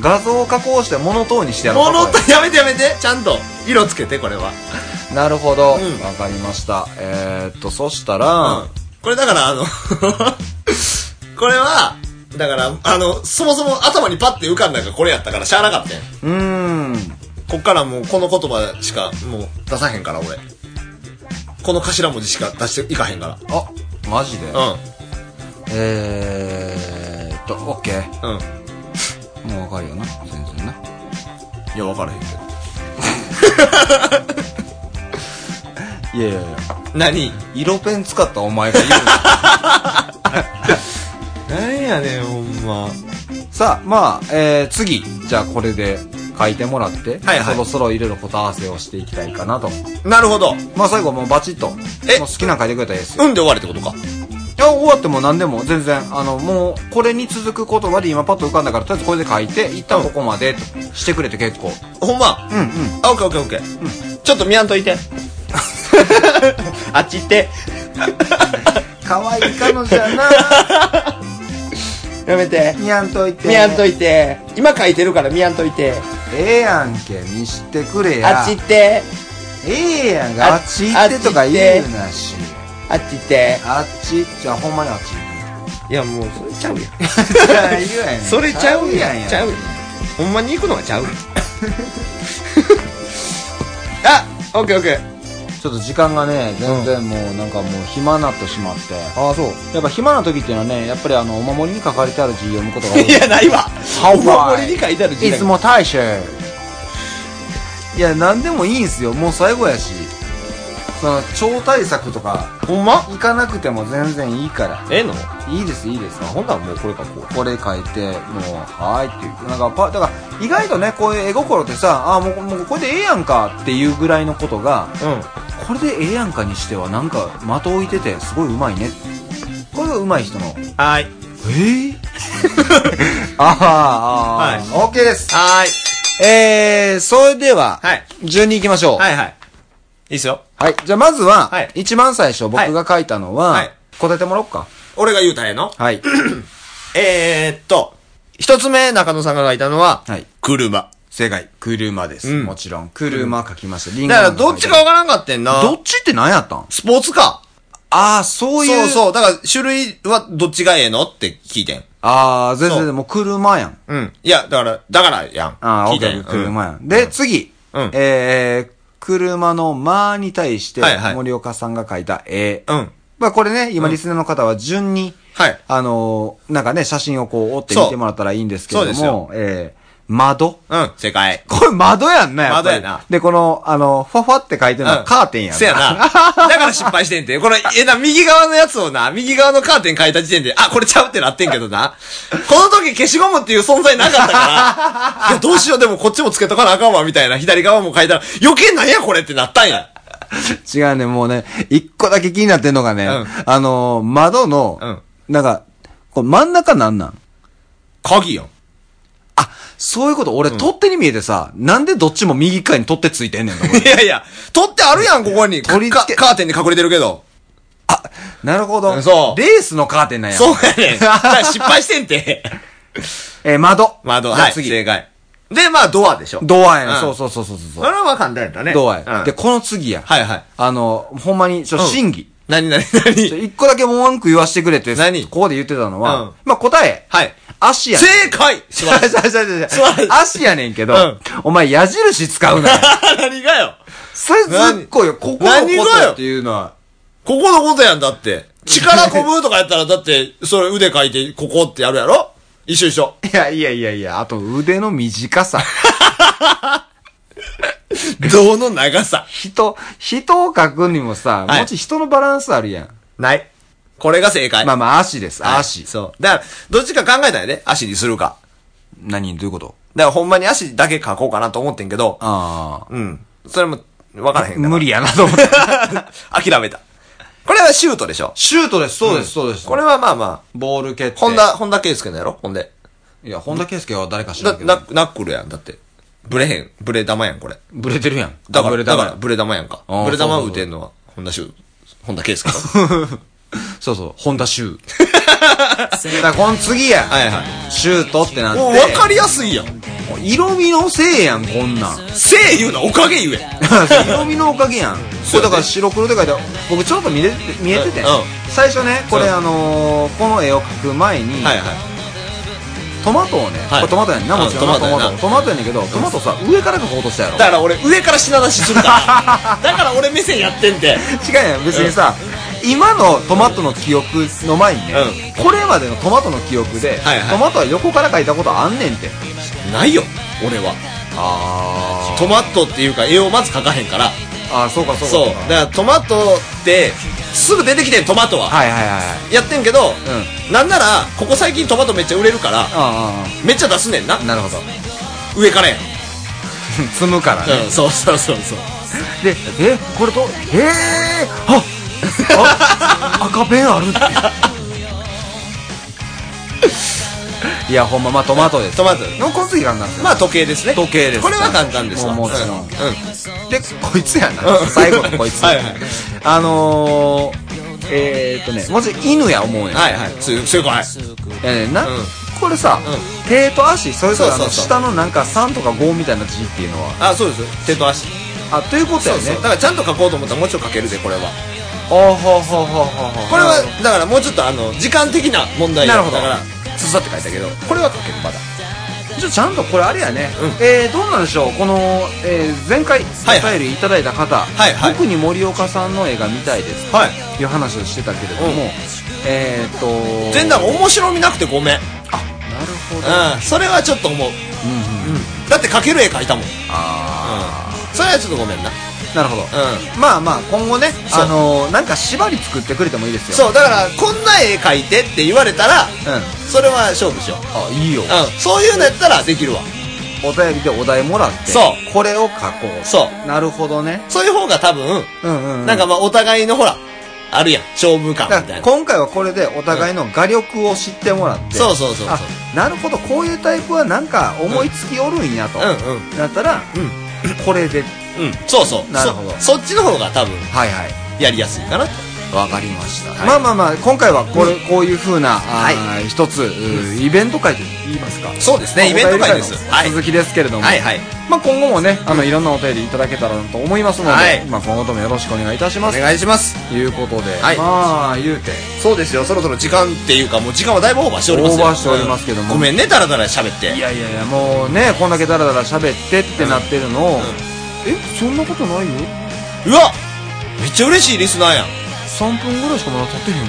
S4: 画像を加工してモノトーンにしてやろうか
S5: 物
S4: これ
S5: とやめてやめて。ちゃんと色つけて、これは。
S4: なるほどわ、
S5: うん
S4: かりましたえー、っとそしたら、
S5: これだから、あの、 [laughs] これは、だから、あの、そもそも頭にパッて浮かんだのがこれやったから、しゃあなかったん
S4: うーん
S5: こっからもうこの言葉しかもう出さへんから、俺。この頭文字しか出していかへんか
S4: あマジで、
S5: ら。
S4: えー、っと OK
S5: うん。うん。
S4: もうわかるよな全然ない
S5: や、わからへんけど。
S4: いやいやいや
S5: 何
S4: 色ペン使ったお前が言う
S5: なんやねんほんま
S4: さあまあ、えー、次じゃあこれで書いてもらって、
S5: はいはい
S4: そろそろいろいろ答え合わせをしていきたいかなと
S5: なるほど
S4: まあ最後もうバチッともう
S5: え
S4: 好きなの書いてくれたらいいですよ
S5: うんで終わりってことか
S4: いや終わっても何でも全然あのもうこれに続く言葉で今パッと浮かんだからとりあえずこれで書いて一旦ここまでとしてくれて結構
S5: ほんま
S4: うんうん
S5: あオッケーオッケーオッケーちょっと見やんとい [laughs] てあっち行って
S4: 可愛い彼女や
S5: [laughs]
S4: な
S5: やめて
S4: 見やんといて
S5: 見やんといて今書いてるから見やんといて
S4: ええやんけ見してくれや
S5: あっち行って
S4: ええやんがあっち行ってとか言うなし
S5: あっち行って
S4: あっちじゃあほんまにあっち行く
S5: いやもうそれちゃうやん
S4: そ
S5: [laughs] それちゃうやん
S4: や
S5: ちゃうやんほんまに行くのはちゃうやん [laughs] あオッケーオッケー
S4: ちょっと時間がね全然もうなんかもう暇なってしまって、
S5: ああそう
S4: やっぱ暇な時っていうのはねやっぱりあのお守りに書かれてある字読むことが多い
S5: いやないわ
S4: ハ
S5: お
S4: ンバー
S5: 守りに書いてある字
S4: い
S5: だけ
S4: つも大将いや何でもいいんすよもう最後やしその超大作とか
S5: ほんま
S4: 行かなくても全然いいから
S5: ええのあ
S4: いいですいいです
S5: ほんならもうこれかこう
S4: これ書いてもうはーいっていうなんかパだから意外とねこういう絵心ってさあーもうもうこれでええやんかっていうぐらいのことが
S5: うん
S4: これでええやんかにしてはなんか的置いててすごい上手いねこれが上手い人の
S5: はい
S4: え [laughs] えあーあー、はい、OK です
S5: はーい
S4: えー、それでは、
S5: はい
S4: 順に行きましょう。
S5: はいはいいいっすよ
S4: はい。じゃあまずは、
S5: はい
S4: 一番最初僕が書いたのは、
S5: はい
S4: 答えてもらおうか。
S5: 俺が言うたらええの
S4: はい。
S5: えー、っと一つ目中野さんが書いたのは、
S4: はい。
S5: 車
S4: 正解。車です。
S5: うん
S4: もちろん。車書きました。リンゴ
S5: だからどっちかわからんかってんな
S4: どっちって何やったん
S5: スポーツカ
S4: ああ、そう
S5: ー
S4: い。
S5: そううそうだから種類はどっちがええのって聞いてん
S4: ああ、全
S5: そう
S4: 然、もう車やん。
S5: うんいやだからだからやん
S4: ああ、
S5: 聞
S4: オッ
S5: い
S4: ケ
S5: てん
S4: ー、車やん。で、次。
S5: うん
S4: えー、車の間に対して
S5: はいは、い
S4: 森岡さんが書いた絵。
S5: うん、うん、
S4: まあこれね、今リスナーの方は順に、
S5: はい
S4: あのー、なんかね、写真をこう、追って
S5: そう
S4: 見てもらったらいいんですけれど
S5: そ
S4: も、えー、窓 [laughs]
S5: うん正解
S4: これ窓やんな、やっぱり
S5: 窓やな
S4: で、この、あの、ファファって書いてるの
S5: う
S4: は
S5: ん
S4: カーテンやん。
S5: せやな。だから失敗してんて。これ、えな、右側のやつをな、右側のカーテン変えた時点で、あ、これちゃうってなってんけどな。この時消しゴムっていう存在なかった [laughs] から、いや、どうしよう、でもこっちもつけとかなあかんわ、みたいな。左側も変えたら、余計なんやこれってなったんや。
S4: [laughs] 違うね、もうね、一個だけ気になってんのがね、
S5: うん
S4: あのー、窓の、なんか、これ真ん中なんなん
S5: 鍵や [laughs] ん。
S4: あ、そういうこと、俺、取っ手に見えてさ、なんでどっちも右側に取っ手ついてん
S5: [laughs]
S4: ねんの
S5: いやいや、取ってあるやん、ここに。
S4: 取り付け
S5: かカーテンに隠れてるけど。
S4: なるほど。
S5: そう
S4: レースのカーテンなんや。
S5: そうや [laughs] ねん。だから失敗してんて。
S4: [laughs] えー、窓。
S5: 窓、
S4: じゃあ
S5: はい、
S4: 次。
S5: 正解。で、まあ、ドアでしょ。
S4: ドアやね、
S5: うん
S4: ん。そうそうそうそうそう。
S5: それはまあ簡単やったね。
S4: ドアや、
S5: うん
S4: で、この次や。
S5: はいはい。
S4: あの、ほんまに、ちょ、
S5: うん
S4: 審議。
S5: 何何
S4: ちょ
S5: 何
S4: 一個だけもう文句言わしてくれって、
S5: 何
S4: ここで言ってたのは、
S5: うん
S4: まあ、答え。
S5: はい。
S4: 足やねん。
S5: 正解素晴らしい
S4: そうそうそう
S5: 素晴らしい
S4: 足やねんけど、
S5: うん
S4: お前矢印使うなよ。
S5: [laughs] 何がよ
S4: [laughs] それずっこよ。ここの
S5: 何
S4: こ
S5: がよ
S4: とっていうのは。
S5: ここのことやんだって。力こぶとかやったら、だって、それ腕書いて、ここってやるやろ一緒一緒。
S4: いやいやいやいや、あと腕の短 [laughs] さ。
S5: 胴の長さ。
S4: 人、人を書くにもさ、
S5: はい
S4: もち人のバランスあるやん。
S5: ない。これが正解。
S4: まあまあ、足です。
S5: はい
S4: 足。
S5: そう。だから、どっちか考えたんやで。足にするか。
S4: 何どういうこと
S5: だから、ほんまに足だけ書こうかなと思ってんけど、
S4: あ
S5: うん。それも、わからへ
S4: あ。
S5: んから。
S4: 無理やなと思って。
S5: [laughs] 諦めた。これはシュートでしょ。
S4: シュートです、そうです、そうです。
S5: これ、はまあまあ、
S4: ボール蹴って。
S5: 本田、本田圭介のやろほんで。
S4: [laughs] いや、本田圭佑は誰か知ら
S5: だ
S4: んけど
S5: ナ。ナックルやん。だって。ブレへん。ブレ玉やん、これ。
S4: ブレてるやん。
S5: だから、
S4: ブレ
S5: だ
S4: た
S5: か、
S4: からら。
S5: ブレ玉やんか。
S4: あー
S5: ブレ玉
S4: そうそうそう
S5: 打てんのは、本田修、本田圭介。
S4: そうそう、本田シュ [laughs] ー。だから、この次や。
S5: はい [laughs] はい。
S4: シュートってなって。
S5: もう分かりやすいやん。
S4: もう色味のせいやん、こんなん。
S5: せえ言うな、おかげ言え。 [laughs]
S4: 色味のおかげやん。こ
S5: そ
S4: れ
S5: うやね
S4: だから白黒で書いた僕ちょっと見れて、見えてて
S5: うん。
S4: 最初ね、これ
S5: うん
S4: あのー、この絵を描く前に、
S5: はいはい。
S4: トマトをね、こ
S5: はい
S4: れトマトやんな、
S5: うん
S4: もちろんな
S5: ト
S4: ト
S5: マ
S4: マ
S5: トやな
S4: ト。トマトやねんけど、トマトさ、上から描こうとしたやろ
S5: だ。から俺、上から品出しするから。 [laughs] だから俺目線やってんて。
S4: 違うやん、別にさ、今のトマトの記憶の前にね、これまでのトマトの記憶で、
S5: はいはい
S4: トマトは横から描いたことあんねんって。
S5: ないよ、俺は。
S4: あ
S5: トマトっていうか、絵をまず描かへんから。
S4: あー、そうかそうか。
S5: そう。だからトマトって、すぐ出てきてん、トマトは。
S4: はいはいはいはい。
S5: やってんけど、
S4: う
S5: なんなら、ここ最近トマトめっちゃ売れるから、
S4: あ
S5: めっちゃ出すねんな
S4: あ、。なるほど。 [laughs]
S5: 上からやん。
S4: 積むからね。
S5: うん、そうそうそうそう。
S4: で、え、これと、ええー、あ、あ、赤ペンあるって。 [laughs] いや、ほんま、まあ、トマトです。
S5: トマト。
S4: のこつぎがなんですよ。
S5: まあ時計ですね。
S4: 時計です
S5: これは簡単ですわ。
S4: もうもちろん
S5: うん。
S4: で、こいつやな。最後のこい [laughs] つ。
S5: はいはい
S4: あのー、えー、っとね、もちろん犬や思うんや。
S5: はいはい。すすごい。
S4: いやねんな、
S5: うん
S4: これさ、
S5: う
S4: 手と足、それぞれあ
S5: そう
S4: の
S5: そうそう
S4: 下のなんか3とか5みたいな字っていうのは、
S5: あ、そうですよ。手と足。
S4: あ、ということや
S5: そう
S4: ね。
S5: そう。だからちゃんと書こうと思ったらもうちょっと書けるで、これは。
S4: あははははは
S5: これは、だからもうちょっとあの、時間的な問題
S4: なるほど
S5: だから、つさって書いたけど、これは書ける、まだ。
S4: じゃあちゃんとこれあれやね、
S5: うん
S4: えー、どうなんでしょうこの、えー、前回
S5: いは
S4: お
S5: い
S4: 便りいただいた方、
S5: いはい
S4: 特に森岡さんの映画見たいです
S5: はい。
S4: っていう話をしてたけれども、
S5: うん
S4: えー、っと
S5: 全然面白みなくてごめん。うん。
S4: なるほど、
S5: それはちょっと思う。
S4: うんうん
S5: だって書ける絵描いたもん。うん。
S4: あ
S5: それはちょっとごめんな。
S4: ーなるほど、
S5: う
S4: まあまあ今後ね
S5: そう
S4: あのーなんか縛り作ってくれてもいいですよ
S5: そうだからこんな絵描いてって言われたら、
S4: うん
S5: それは勝負しよう、
S4: あいいよ
S5: うん、そういうのやったらできるわ
S4: お便りでお題もらって
S5: そう
S4: これを書こう
S5: そ
S4: なるほどね
S5: そういう方が多分、
S4: うんうん、うん、
S5: なんかまあお互いのほらあるやん勝負感
S4: だか
S5: みたい
S4: ら
S5: な
S4: 今回はこれでお互いの画力を知ってもらって、
S5: そうそうそうそう
S4: あなるほどこういうタイプはなんか思いつきおるんやと、
S5: うん
S4: だったら、
S5: うん
S4: これで
S5: うんそうそう
S4: なるほど
S5: そそっちの方が多分
S4: はいはい
S5: やりやすいかなと
S4: わかりました、
S5: はい
S4: まあまあまあ今回はこれ、こういうふうな、あー
S5: は
S4: 一つ、うーイベント会と言いますか
S5: そうです
S4: まあ
S5: ねイベント会
S4: お
S5: で
S4: 便り会
S5: すはい
S4: の続きですけれども、
S5: はいはい
S4: まあ、今後もねあのいろんなお便りいただけたらなと思いますので、
S5: はい
S4: まあ、今後ともよろしくお願いいたし
S5: お
S4: ます
S5: 願いします
S4: ということで、
S5: はい
S4: まあ言うて
S5: そうですよそろそろ時間っていうかもう時間はだいぶオーバーしております
S4: オ
S5: よ
S4: ーバーしておりますけども
S5: うんごめんねダラダラ喋って
S4: いやいやいやもうねこんだけダラダラ喋ってってなってるのを、
S5: ん
S4: えそんなことないよ
S5: うわめっちゃ嬉しいリスナーやん
S4: 3分ぐらいしかまだ経ってへんよ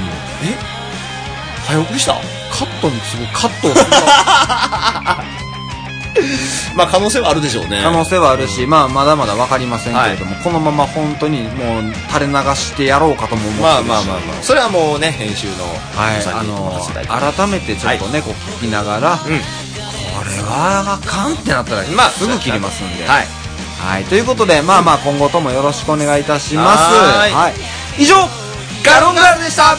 S5: 早送りした
S4: カットにすごいカットをする可
S5: まあ可能性はあるでしょうね
S4: 能性はあるし、まあ、まだまだ分かりませんけれども、このまま本当にもう垂れ流してやろうかとも思ってるし
S5: まあまあまあまあそれはもうね編集の
S4: はい、
S5: さ
S4: あ
S5: んに任せたいと思い
S4: の改めてちょっとね、こう聞きながら、これはあかんってなったら、
S5: まあ
S4: すぐ切りますんで、
S5: はい
S4: はいということでまあまあ今後ともよろしくお願いいたします
S5: はーい
S4: はい以上ガロンガールでした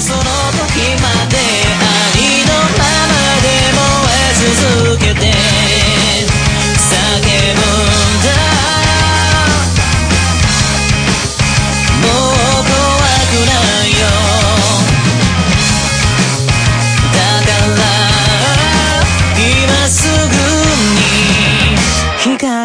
S6: その時まで愛のままで燃え続けて叫ぶんだもう怖くないよだから今すぐに光